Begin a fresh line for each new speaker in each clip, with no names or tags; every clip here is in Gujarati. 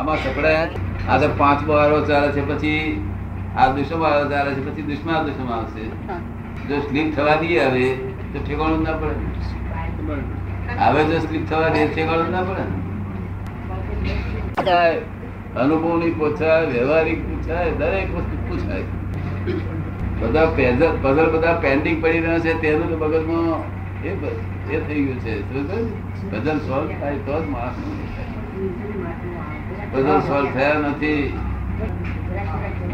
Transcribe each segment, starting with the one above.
આમાં સપડાય જ. આ તો પાંચમો વારો ચાલે છે પછી આ દુષ્મ વારો ચાલે છે પછી દુષ્મ આ દુષ્મ આવશે
હા.
જો સ્લીપ થવા દઈએ હવે તો ઠેકાણું જ ના પડે ને. હવે જો સ્લીપ થવા દે ઠેકાણું જ ના પડે ને. થાય. અનુભવની પૂછાય વ્યવહારિક પૂછાય દરેક વસ્તુ પૂછાય બધા પેઝલ puzzle બધા પેન્ડિંગ પડી રહ્યા છે તેનું તો મગજમાં એ બ- એ થઈ ગયું છે બદલ સોલ્વ થાય તો જ માણસનું એ થાય. બધા સોલ્વ થયા નથી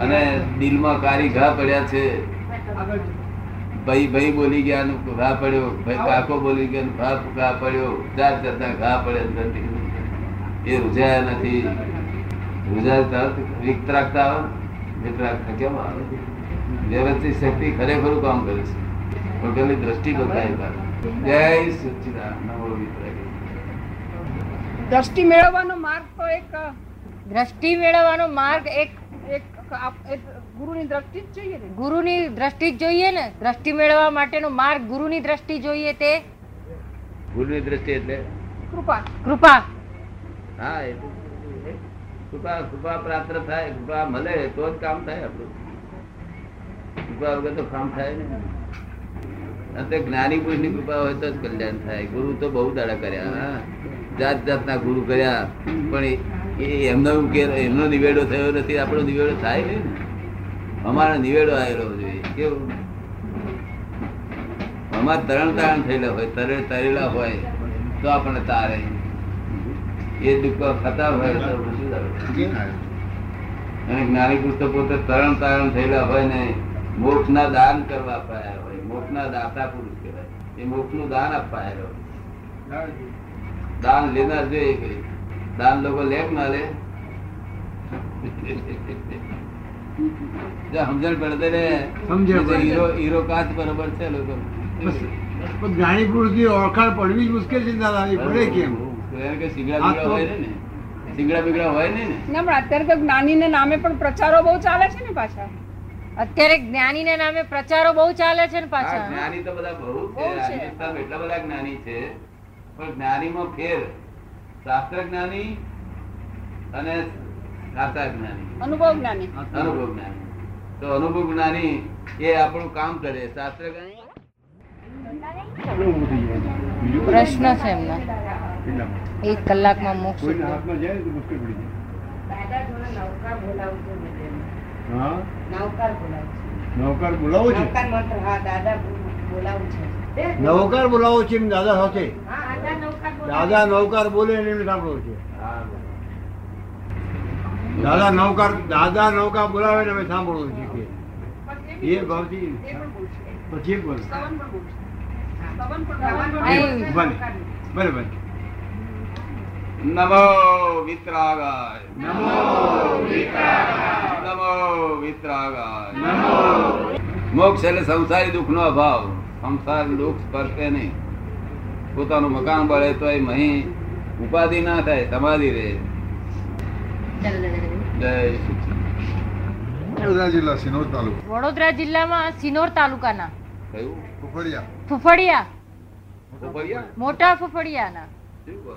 અને દિલમાં કારી ઘા પડ્યા છે ભાઈ ભાઈ બોલી ગયા નું ઘા પડ્યો ભાઈ કાકો બોલી ગયા નું ઘા ઘા પડ્યો જાત જાતના ઘા પડ્યા નથી એ રૂજાયા નથી રૂજાતા વિતરાગતા આવે ને? વિતરાગતા કેમ આવે વ્યવસ્થિત શક્તિ ખરેખરું કામ કરે છે પોતાની દ્રષ્ટિ બતાવી પાડે. જય સચ્ચિદાનંદ નમો વિતરાગી.
દ્રષ્ટિ મેળવવાનો માર્ગ તો એક
દ્રષ્ટિ મેળવવાનો માર્ગ એક
એક આપ- એક ગુરુની દ્રષ્ટિ જ જોઈએ ને
ગુરુની દ્રષ્ટિ જ જોઈએ ને દ્રષ્ટિ મેળવવા માટેનો માર્ગ ગુરુની દ્રષ્ટિ જોઈએ તે
ગુરુની દ્રષ્ટિ એટલે
કૃપા
કૃપા
હા એ તો કૃપા કૃપા પ્રાપ્ત થાય કૃપા મળે તો જ કામ થાય આપણું કૃપા વગર તો કામ થાય ને અને તે જ્ઞાની પુરુષની કૃપા હોય તો જ કલ્યાણ થાય ગુરુ તો બહુ દાડા કર્યા હા. જાત જાતના ગુરુ કર્યા પણ એ- એ એમનો ઉકેલ એમનો નિવેડો થયો નથી આપણો નિવેડો થાય નહીં ને અમારો નિવેડો આવેલો જોઈએ કેવું અમાર તરણ તારણ થયેલા હોય તરે તરેલા હોય તો આપણને તારે એ દુઃખ થતા હોય તો આપણે શું થાય? અને જ્ઞાની પુરુષ તો પોતે તરણ તારણ થયેલા હોય ને મોક્ષના દાન કરવા અપાયા હોય મોક્ષના દાતા પુરુષ કહેવાય એ મોક્ષનું દાન અપાયેલો હોય દાન લેનાર જોઈએ કોઈ. દાન લોકો લે કે ના લે જો સમજણ પડે ને
સમજણ પડે.
હીરો હીરો કાચ બરોબર છે લોકો
પણ જ્ઞાની પુરુષની ઓળખાણ પડવી જ મુશ્કેલ છે દાદા એ પડે કેમ
કારણ કે સિંગડા
આ
બીગડા
તો-
હોય ને સિંગડા બીગડા હોય નહીં ને
ના પણ અત્યારે તો જ્ઞાનીને નામે પણ પ્રચારો બહુ ચાલે છે ને પાછા
અત્યારે જ્ઞાનીના નામે પ્રચારો બહુ ચાલે છે ને
આ
પાછા
જ્ઞાની તો બધા બહુ
બહુ
છે
છે.
હિન્દુસ્તાનમાં એટલા બધા જ્ઞાની છે પણ જ્ઞાનીમાં ફેર શાસ્ત્ર જ્ઞાની અને સાચા જ્ઞાની
અનુભવ જ્ઞાની
અનુભવ જ્ઞાની તો અનુભવ જ્ઞાની એ આપણું કામ કરે શાસ્ત્ર જ્ઞાની
પ્રશ્ન છે એમનો એક કલાકમાં મોક્ષ ઉપદેશ.
નવકાર બોલાવો છે નવકાર બોલાવો છે એમ દાદા સાથે દાદા નવકાર બોલે એને એમ સાંભળવું છે દાદા નવકાર દાદા નવકાર બોલાવે ને અમે સાંભળવું છે કે એ ભાવથી પછી બોલ
અહીં
ભલે ભલે ભલે
નમો વિતરાગાય નમો વિતરાગાય નમો વિતરાગાય મોક્ષ એટલે સંસારી દુઃખનો અભાવ સંસાર દુઃખ સ્પર્શે નહીં પોતાનું મકાન બળે તો એ મહી ઉપાધિ ના થાય સમાધિ રહે જય શ્રી કૃષ્ણ.
વડોદરા જિલ્લા સિનોર તાલુકો
વડોદરા જિલ્લામાં સિનોર તાલુકાના
થયું
ફફડિયા
ફુફડિયા
ખોપડિયા?
મોટા ફુફડિયાના
શું કહો છો?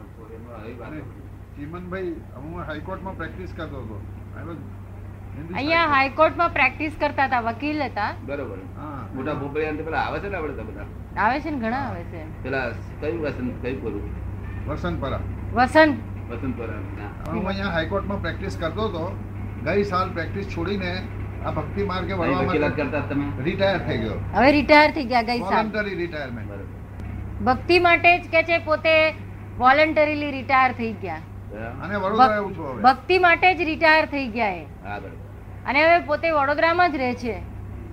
ખોપડિયામાં આવી વાત
અને
નથી.
ચીમનભાઈ હું હાઈકોર્ટમાં પ્રેક્ટિસ કરતો હતો I was in this
અહીંયા હાઈકોર્ટમાં પ્રેક્ટિસ કરતા હતા વકીલ હતા
બરોબર
હા.
મોટા ખોપડિયા ને પેલા આવે છે ને આપણે તો બધા
આવે છે ને ઘણા આવે છે
પેલા કયું વસંત કયું બોલું
વસંતપરા
વસંત
વસંત પરાણ. ના.
હવે હું અહીંયા હાઈકોર્ટમાં પ્રેક્ટિસ કરતો હતો ગઈ સાલ પ્રેક્ટિસ છોડીને આ ભક્તિ માર્ગે
અહીં
વળવા
વકીલાત
માટે
કરતા તમે
રિટાયર થઈ ગયો
હવે રિટાયર થઈ ગયા ગઈ સાલ
વોલન્ટરી રિટાયરમેન્ટ
બરોબર
ભક્તિ માટે જ કે છે પોતે વોલન્ટરીલી રિટાયર થઈ ગયા
બરાબર.
અને વડોદરા એવું છું
ભક-
હવે
ભક્તિ માટે જ રિટાયર થઈ ગયા એ
હા બરોબર
અને હવે પોતે વડોદરામાં જ રહે છે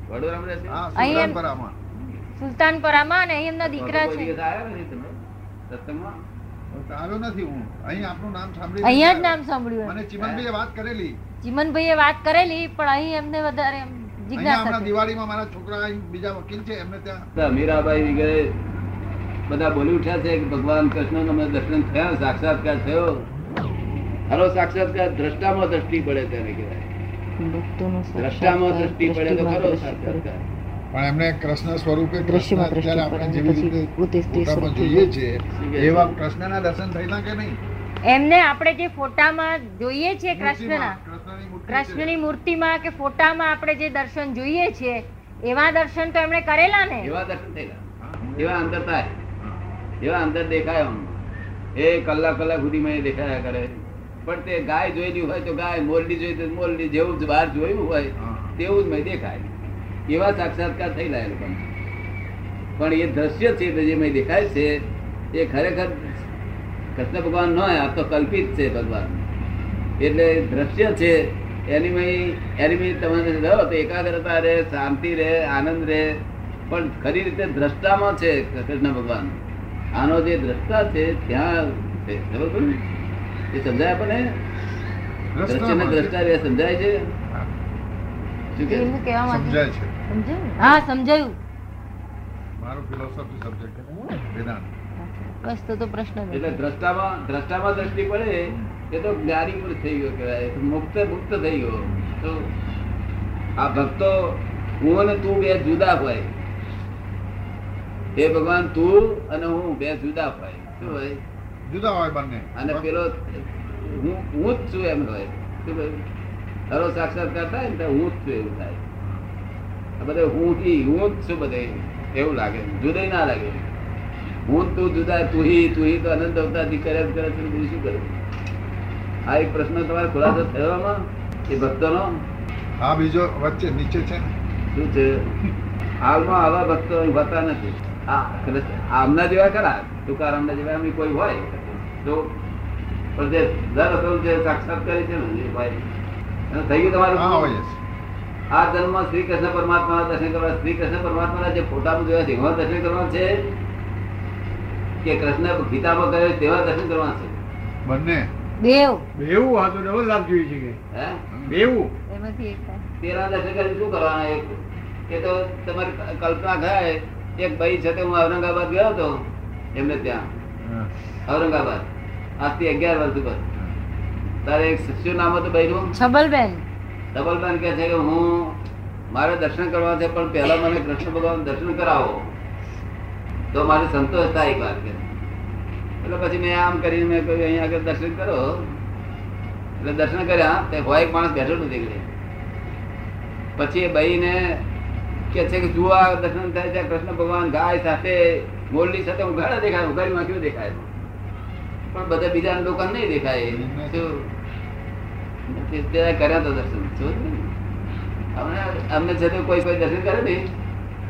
વડોદરામાં રહેશે?
હા
અહીં એમ-
સુલતાનપરામાં
સુલતાનપરામાં અને અહીં એમના દીકરા
તો કોઈ
છે
દિવસ આવ્યા નથી તમે સત્સંગમાં?
આવ્યો નથી હું અહીં આપનું નામ સાંભળી
અહીંયા જ નામ સાંભળ્યું
મને
એમ.
ચીમનભાઈએ વાત કરેલી
ચીમનભાઈએ વાત કરેલી પણ અહીં એમને વધારે એમ
અહીંયા
જિજ્ઞાસા
હમણાં
થઈ.
દિવાળીમાં મારા છોકરા અહીં બીજા વકીલ છે એમને ત્યાં
બધા મીરાબાઈ વગેરે બધા બોલી ઉઠ્યા છે કે ભગવાન કૃષ્ણનો અમને દર્શન થયા સાક્ષાત્કાર થયો હાલો સાક્ષાત્કાર દ્રષ્ટામાં દ્રષ્ટિ પડે તેને કહેવાય દ્રષ્ટામાં દ્રષ્ટિ પડે તો ખરો સાક્ષાત્કાર
પણ એમને કૃષ્ણ સ્વરૂપે કૃષ્ણ
દ્રશ્યમાં દ્રષ્ટિ
અત્યારે આપણે
પડે
જેવી
પછી પોતે તે
રીતે
સ્વરૂપે
ફોટામાં જોઈએ છીએ
શું કહે છે?
એવા કૃષ્ણના દર્શન થયેલા કે નહીં
એમને આપણે જે ફોટામાં જોઈએ છે કૃષ્ણના
મૂર્તિમાં, કૃષ્ણની મૂર્તિ છે.
કૃષ્ણની મૂર્તિમાં કે ફોટામાં આપણે જે દર્શન જોઈએ છે એવા દર્શન તો એમણે કરેલા ને
એવા દર્શન થયેલા એવા અંદર થાય એવા અંદર દેખાય આમ. એ કલાક કલાક સુધી મને દેખાયા કરે પણ તે ગાય જોયેલી હોય તો ગાય મોરલી જોઈ તો મોરલી જેવું જ બહાર જોયું હોય
હા.
તેવું જ મને દેખાય એવા સાક્ષાત્કાર થયેલા એ લોકોને. પણ એ દ્રશ્ય છે એટલે જે મને દેખાય છે એ ખરેખર કૃષ્ણ ભગવાન ન હોય, આ તો કલ્પિત છે ભગવાન એટલે દ્રશ્ય છે એની મય- એની મય તમે રહો તો એકાગ્રતા રહે શાંતિ રહે આનંદ રહે પણ ખરી રીતે દ્રષ્ટામાં છે કૃષ્ણ ભગવાન આનો જે દ્રષ્ટા છે ત્યાં છે ખબર પડી ને? એ સમજાય આપણને દ્રશ્ય ને
દ્રષ્ટામાં છે.
દ્રષ્ટા રહે સમજાય છે
હા,
શું કે
એવું કહેવા માંગે
સમજાય છે
સમજાયું હા સમજાયું
મારો ફિલોસોફી સબ્જેક્ટ વેદાંત
બસ તો તો પ્રશ્ન જ
એટલે
નથી.
દ્રષ્ટામાં દ્રષ્ટામાં દ્રષ્ટિ પડે એ તો જ્ઞાની પુરુષ થઈ ગયો કહેવાય મુક્ત મુક્ત થઈ ગયો તો આ ભક્તો હું અને તું બે જુદા હોય હે ભગવાન તું અને હું બે જુદા હોય શું હોય
જુદા હોય બંને
અને પેલો હું હું જ છું એમ હોય શું હોય? તારો સાક્ષાત્કાર થાય ને તો હું જ છું એવું થાય આ બધે હું હી હું જ છું બધે એવું લાગે જુદે ના લાગે હું તું જુદા તું હી તું હી તો અનંત અવતાર થી કરે જ કરે છે બીજું શું કરે આ એક પ્રશ્ન તમારે ખુલાસો થયો આમાં? એ ભક્તોનો
હા બીજો વચ્ચે નીચે છે ને.
શું છે હાલમાં આવા ભક્તો અહીં હોતા નથી આ કદાચ આમના જેવા ખરા તુકારામના જેવા એમ કોઈ હોય તો પણ જે દર વખત જે સાક્ષાત કરે છે ને એ ભાઈ એને થઈ ગયું તમારું
હા હોય
આ જન્મમાં શ્રી કૃષ્ણ પરમાત્માના દર્શન કરવા શ્રી કૃષ્ણ પરમાત્માના જે ફોટામાં જોયા છે એવા દર્શન કરવા છે કે કૃષ્ણ ગીતામાં કર્યો છે તેવા દર્શન કરવા છે
બંને
બેવ
બેવું આ તો ડબલ લાભ જોઈએ છે કે
હે
બેવું
એમાંથી એક થાય.
તેના દર્શન કરીને શું કરવાના એક એ તો તમારી કલ્પના થાય એક ભાઈ છે તે હું ઔરંગાબાદ ગયો હતો એમને ત્યાં
હા.
ઔરંગાબાદ આજથી અગિયાર વર્ષ ઉપર તારે એક શું નામ હતું ભાઈનું
છબલબેન
ડબલ બેન કહે છે કે હું મારે દર્શન કરવા છે પણ પહેલા મને કૃષ્ણ ભગવાન દર્શન કરાવો તો મારે સંતોષ થાય એક વાત કે એટલે પછી મેં આમ કરીને મેં કહ્યું અહીંયા આગળ દર્શન કરો એટલે દર્શન કર્યા તે હોય એક માણસ બેઠો નથી નીકળે પછી એ બહીને કે છે કે જુઓ આ દર્શન થાય છે કૃષ્ણ ભગવાન ગાય સાથે મોરલી સાથે ઉઘાડા દેખાય ઉઘાડીમાં કેવું દેખાય પણ બધા બીજા લોકોને નહીં દેખાય શું નથી, ત્યારે કર્યા તો દર્શન શું થયું? અમને અમને છે તે કોઈ કોઈ દર્શન કરે ને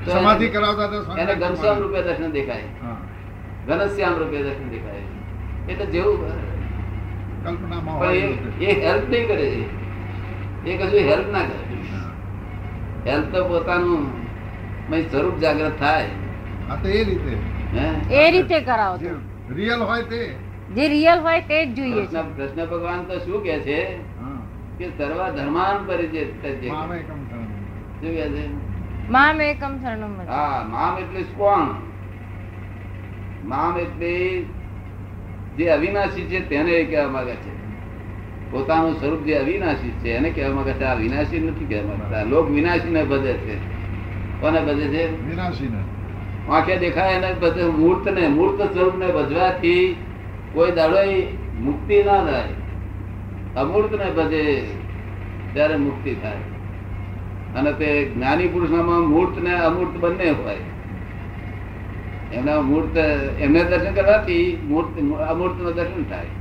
તો
સમાધિ
એને-
કરાવતા હતા સ્વામી
એને ઘનશ્યામ રૂપે દર્શન દેખાય
હા.
ઘનશ્યામ રૂપે દર્શન દેખાય એટલે જેવું
કલ્પનામાં હોય એ
પણ
રીતે.
એ હેલ્પ નહીં કરે એ કશું હેલ્પ ના કરે
હા.
હેલ્પ તો પોતાનું મય સ્વરૂપ જાગ્રત થાય
આ તો એ રીતે
હે
એ રીતે કરાવો
જે
તો.
રિયલ હોય તે
જે રિયલ હોય તે જ જોઈએ છે
કૃષ્ણ કૃષ્ણ ભગવાન તો શું કે છે
હા.
કે સર્વ ધર્માન પરિચય તજ્જે.
મામે એકમ ધર્મ.
શું કે છે
માં મેં એકમ શરણમ વચે.
હા નામ એટલે કોણ નામ એટલે જે અવિનાશી છે તેને એ કહેવા માંગે છે પોતાનું સ્વરૂપ જે અવિનાશી છે એને કહેવા માંગે છે આ વિનાશી નથી કહેવા માંગતા લોક વિનાશીને ભજે છે કોને ભજે છે
વિનાશીને
આંખે દેખાય એને ભજે મૂર્તને મૂર્ત સ્વરૂપને ભજવાથી કોઈ દાડો મુક્તિ ના થાય અમૂર્તને ભજે ત્યારે મુક્તિ થાય અને તે જ્ઞાની પુરુષનામાં મૂર્ત ને અમૂર્ત બંને હોય એમના મૂર્ત એમને દર્શન કરવાથી મૂર્ત અમૂર્તનું દર્શન થાય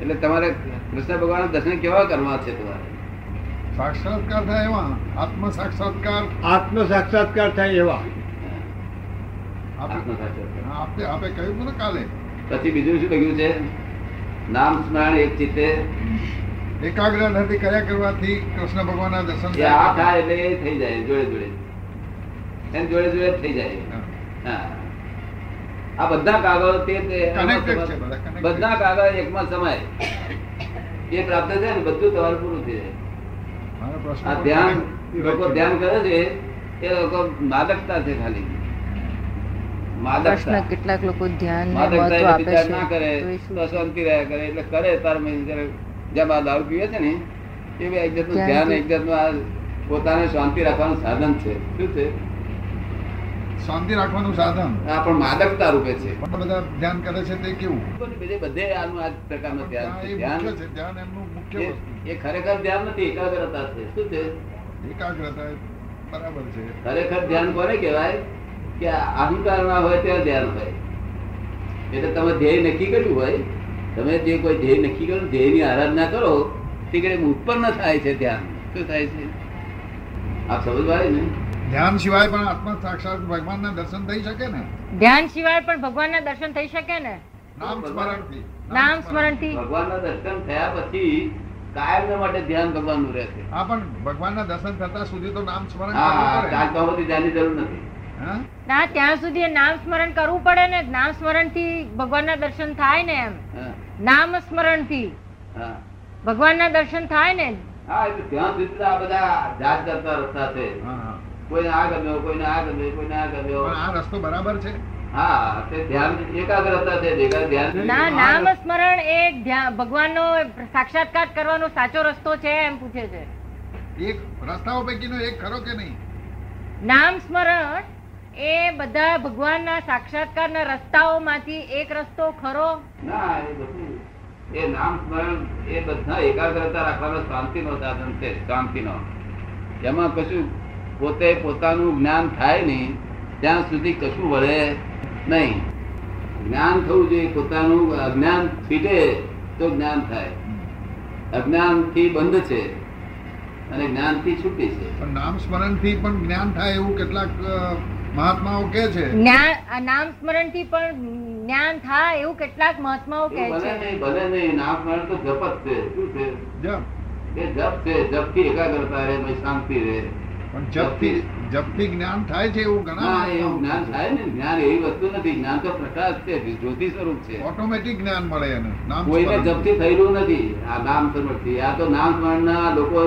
એટલે તમારે કૃષ્ણ ભગવાન દર્શન કેવા કરવા છે તમારે
સાક્ષાત્કાર થાય એવા આત્મ સાક્ષાત્કાર
આત્મ સાક્ષાત્કાર થાય એવા
આપે
આત્મસાક્ષાત્કાર.
આપે આપે કહ્યું હતું ને કાલે
પછી બીજું શું લખ્યું છે નામ સ્મરણ એક ચિત્તે
એકાગ્ર નથી કર્યા કરવાથી કૃષ્ણ ભગવાનના દર્શન
એ આ
થાય.
થાય એટલે એ થઈ જાય જોડે જોડે એમ જોડે જોડે થઈ જાય
હા.
હા. આ બધા કાગળ તે તે એમાં
Connected છે બધા,
સમાય.
connected.
બધા કાગળ એકમાં સમાય એ પ્રાપ્ત થાય ને બધું તમારું પૂરું થઈ જાય
મારો પ્રશ્ન
આ
પણ
ધ્યાન
એ
લોકો
વચ્ચે.
ધ્યાન કરે છે એ લોકો માદકતા છે ખાલી માદકતા
પ્રશ્ન કેટલાક લોકો ધ્યાન
માદકતા
મહત્વ
એટલે વિચાર
આપે છે
ના કરે
તો એ શું?
તો શાંતિ રહ્યા કરે એટલે કરે તાર મહિને જ્યારે જેમ આ દારૂ પીવે છે ને એ બી એક જાતનું ધ્યાન એક જાતનું આ પોતાને શાંતિ રાખવાનું સાધન છે શું છે
શાંતિ રાખવાનું સાધન
આ પણ માદકતા રૂપે છે
પણ બધા ધ્યાન કરે છે તે કેવું
લોકોની બધે બધે આનું આ પ્રકારનું ધ્યાન છે
ત્યાં એ મુખ્ય
ધ્યાન
છે ધ્યાન એમનું મુખ્ય
એ-
વસ્તુ
એ ખરેખર ધ્યાન નથી એકાગ્રતા છે શું છે
છે. એકાગ્રતા એ બરાબર છે
ખરેખર ધ્યાન કોને કહેવાય કે અહંકાર ના હોય ત્યાં ધ્યાન હોય એટલે તમે ધ્યેય નક્કી કર્યું હોય તમે જે કોઈ ધ્યેય નક્કી કરો ધ્યેયની આરાધના કરો તે કડે ઉત્પન્ન થાય છે ધ્યાન શું થાય છે આપ સમજવા આવે ને
ધ્યાન સિવાય પણ આત્મા સાક્ષાત ભગવાનના દર્શન થઈ શકે ને
ધ્યાન સિવાય પણ ભગવાનના દર્શન થઈ શકે ને
નામ સ્મરણથી
નામ સ્મરણથી
ભગવાનના દર્શન થયા પછી કાયમને માટે ધ્યાન કરવાનું રહેશે
હા પણ ભગવાનના દર્શન થતા સુધી તો નામ સ્મરણ
હા
કરવું પડે.
ચાલતા ધ્યાનની જરૂર નથી
હા?
ના ત્યાં સુધી એ નામ સ્મરણ કરવું પડે ને નામ સ્મરણથી ભગવાનના દર્શન થાય ને એમ
હા,
નામ સ્મરણથી
હા
ભગવાનના દર્શન થાય ને
હા એટલે ધ્યાન સુધી આ બધા જાત કરતા રસ્તા છે
હા, હા.
કોઈને આ ગમ્યો કોઈને આ ગમ્યો કોઈને આ ગમ્યો
પણ આ રસ્તો બરાબર છે
હા તે ધ્યાન એકાગ્રતા છે ભેગા ધ્યાન
ના નામ સ્મરણ એ ધ્યા- ભગવાનનો સાક્ષાત્કાર કરવાનો સાચો રસ્તો છે એમ પૂછે છે
એક રસ્તાઓ પૈકીનો એક ખરો કે નહીં
નામ સ્મરણ એ બધા ભગવાનના સાક્ષાત્કારના રસ્તાઓમાંથી એક રસ્તો ખરો
ના એ બધું એ નામ સ્મરણ એ બધા એકાગ્રતા રાખવાનો શાંતિનો સાધન છે શાંતિનો એમાં કશું પોતે પોતાનું જ્ઞાન થાય નહીં ત્યાં સુધી કશું વળે નહીં જ્ઞાન થવું જોઈએ પોતાનું અજ્ઞાન ફીટે તો જ્ઞાન થાય અજ્ઞાનથી બંધ છે અને જ્ઞાનથી છૂટે છે
પણ નામ સ્મરણથી પણ જ્ઞાન થાય એવું કેટલાક અ, મહાત્માઓ કહે છે
જ્ઞાન આ નામ સ્મરણથી પણ જ્ઞાન થાય એવું કેટલાક મહાત્માઓ કહે
એવું ભલે
છે
નહીં ભલે નહીં નામ સ્મરણ તો જપ જ છે શું છે
જપ
એ જપ છે જપથી એકાગ્રતા રહે પછી શાંતિ રહે
પણ જપથી જપથી જ્ઞાન થાય છે એવું ઘણા
ના એવું જ્ઞાન થાય ને જ્ઞાન એવી વસ્તુ નથી જ્ઞાન તો પ્રકાશ છે જ્યોતિ સ્વરૂપ છે
ઓટોમેટિક જ્ઞાન મળે એને નામ
કોઈને
સ્મરણ.
જપથી થયેલું નથી આ નામ સ્મરણથી આ તો નામ સ્મરણના લોકો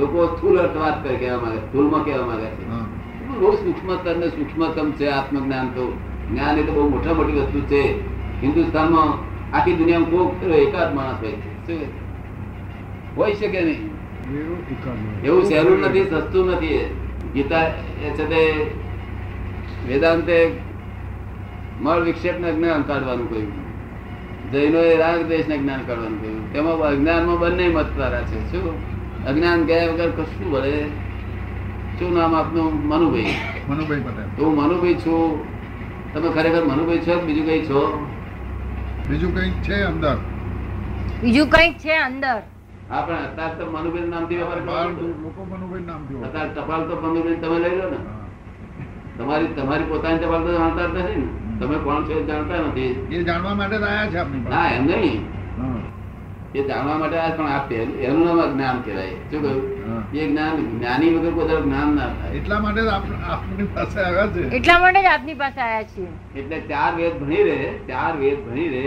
લોકો સ્થૂલ અર્થવાદ કરે કહેવા માંગે સ્થૂલમાં કહેવા માંગે છે
હા.
એટલું બહુ સૂક્ષ્મતર ને સૂક્ષ્મતમ છે આત્મજ્ઞાન તો જ્ઞાન એ તો બહુ મોટા મોટી વસ્તુ છે હિન્દુસ્તાનમાં આખી દુનિયામાં કોક ખરો એકાદ માણસ હોય છે શું? હોય શકે નહીં એવું સહેલું નથી સસ્તું નથી એ. ગીતા એ છે તે વેદાંતે મળ વિક્ષેપને જ્ઞાન કાઢવાનું કહ્યું જૈનોએ રાગ દેશને જ્ઞાન કાઢવાનું કહ્યું તેમાં અજ્ઞાનમાં બંને મત સારા છે શું અજ્ઞાન ગયા વગર કશું ભલે શું નામ આપનું મનુભાઈ
મનુભાઈ પટેલ
તો હું મનુભાઈ છું તમે ખરેખર મનુભાઈ છો કે બીજું કઈ છો
બીજું કંઈક છે અંદર
બીજું કંઈક છે અંદર
હા પણ અત્યારે તો મનુભાઈ નામથી વેપાર
બહાર
કરવાનો છે.
લોકો મનુભાઈ નામ જોવે.
અત્યારે ટપાલ તો મનુભાઈ તમે લઈ લો ને
હા.
તમારી તમારી પોતાની ટપાલ તો જાણતા જ નથી ને તમે કોણ છો એ જાણતા નથી
એ જાણવા માટે જ આયા છે આપની
ના
પાસે
એમ નહીં
હા.
એ જાણવા માટે આ પણ આ પહેલું એનું નામ અજ્ઞાન કહેવાય શું
હા.
કહ્યું એ જ્ઞાન જ્ઞાની વગર પોતાનું જ્ઞાન ના થાય
એટલા માટે જ આપ- આપની પાસે આવ્યા છે
એટલા માટે જ આપની પાસે આવ્યા છીએ
એટલે ચાર વેદ ભણી રહે ચાર વેદ ભણી રહે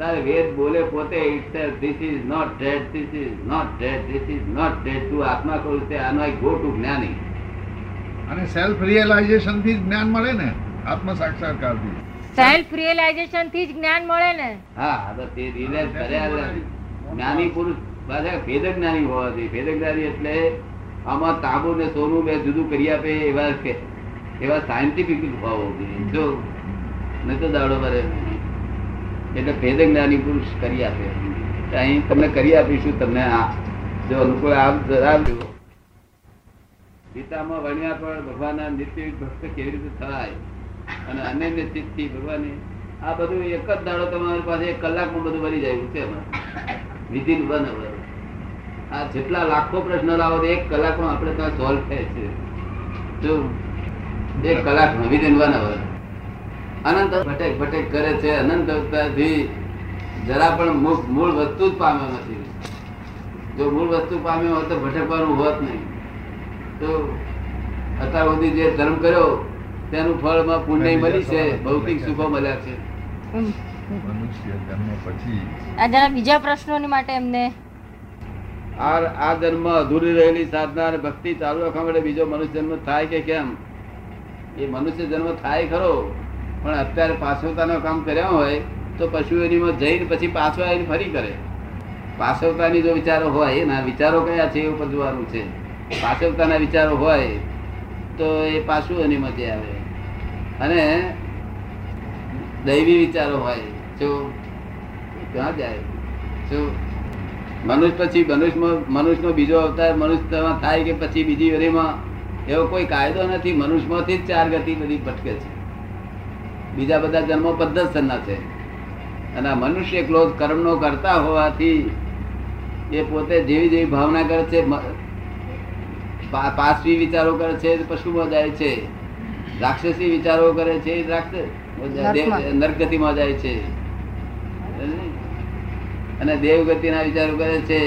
તારે વેદ બોલે પોતે itself, this is not dead, this is not dead, this is not dead. તું આત્મા કરું છે આનો I go to જ્ઞાની
અને સેલ્ફ રિયલાઇઝેશન થી જ જ્ઞાન મળે ને આત્મ સાક્ષાત્કાર થી
સેલ્ફ રિયલાઇઝેશન થી જ જ્ઞાન મળે ને
હા હા, તો તે realize કર્યા જ. જ્ઞાની પુરુષ પાસે ભેદ જ્ઞાની હોવા જોઈએ ભેદ જ્ઞાની એટલે આમાં તાંબુ ને સોનું બે જુદું કરી આપે એવા કે- એવા સાયન્ટિફિક હોવા જોઈએ જો નહીં તો દાડો ભરે નહીં. એટલે ભેદ જ્ઞાની પુરુષ કરી આપે તો અહીં તમને કરી આપીશું તમને આ જો અનુકૂળ આપ ધરાવજો ગીતામાં વણ્યા પણ ભગવાનના નિત્ય ભક્ત કેવી રીતે થાય અને અનન્ય ચિત્તથી ભગવાને આ બધું એક જ દાડો તમારી પાસે એક કલાકમાં બધું ભરી જાય એવું છે વિધિન વન અવર આ જેટલા લાખો પ્રશ્ન લાવો તો એક કલાકમાં આપણે ત્યાં સોલ્વ થાય છે જો એક કલાકમાં વિધિન વન અવર અનંત ભટેક ભટેક કરે છે અનંત અવતારથી જરા પણ મૂળ- મૂળ વસ્તુ જ પામ્યો નથી જો મૂળ વસ્તુ પામ્યો હોત તો ભટકવાનું હોત નહીં તો અત્યાર સુધી જે ધર્મ કર્યો તેનું ફળમાં પુણ્ય મળી છે ભૌતિક સુખો મળ્યા છે
મનુષ્ય જન્મ પછી
આ જરા બીજા પ્રશ્નોની માટે એમને
આ આ જન્મ અધૂરી રહેલી સાધના અને ભક્તિ ચાલુ રાખવા માટે બીજો મનુષ્ય જન્મ થાય કે કેમ એ મનુષ્ય જન્મ થાય ખરો પણ અત્યારે પાછળતાનો કામ કર્યા હોય તો પશુ એનીમાં જઈને પછી પાછો આવીને ફરી કરે પાછળતાની જો વિચારો હોય એના વિચારો કયા છે એવું બધવાનું છે પાછળતાના વિચારો હોય તો એ પાછું એની મધ્ય આવે અને દૈવી વિચારો હોય જો ક્યાં જાય જો મનુષ્ય પછી મનુષ્યમાં મનુષ્યનો બીજો અવતાર મનુષ્યમાં થાય કે પછી બીજી વરીમાં એવો કોઈ કાયદો નથી મનુષ્યમાંથી જ ચાર ગતિ બધી ભટકે છે બીજા બધા જન્મો પદ્ધતિસરના છે અને આ મનુષ્ય એકલો જ કર્મનો કરતા હોવાથી એ પોતે જેવી જેવી ભાવના કરે છે મ- પા- પાશવી વિચારો કરે છે તો પશુમાં જાય છે રાક્ષસી વિચારો કરે છે એ રાક્ષસ
નર્કમાં.
નરગતિમાં જાય છે અને દેવગતિના વિચારો કરે છે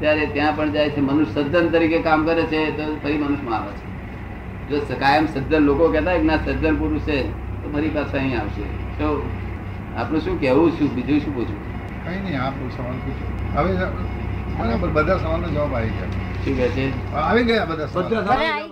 ત્યારે ત્યાં પણ જાય છે મનુષ્ય સજ્જન તરીકે કામ કરે છે તો ફરી મનુષ્યમાં આવે છે જો સ- કાયમ સજ્જન લોકો કહેતા હોય કે ના સજ્જન પુરુષ છે તો ફરી પાછા અહીં આવશે તો આપણું શું કહેવું શું બીજું શું પૂછવું
કઈ નહીં આ પૂછ- સવાલ પૂછો હવે બરાબર બધા સવાલનો જવાબ આવી ગયા
શું કહે છે
આવી ગયા બધા સવાલ
બધા
હવે આવી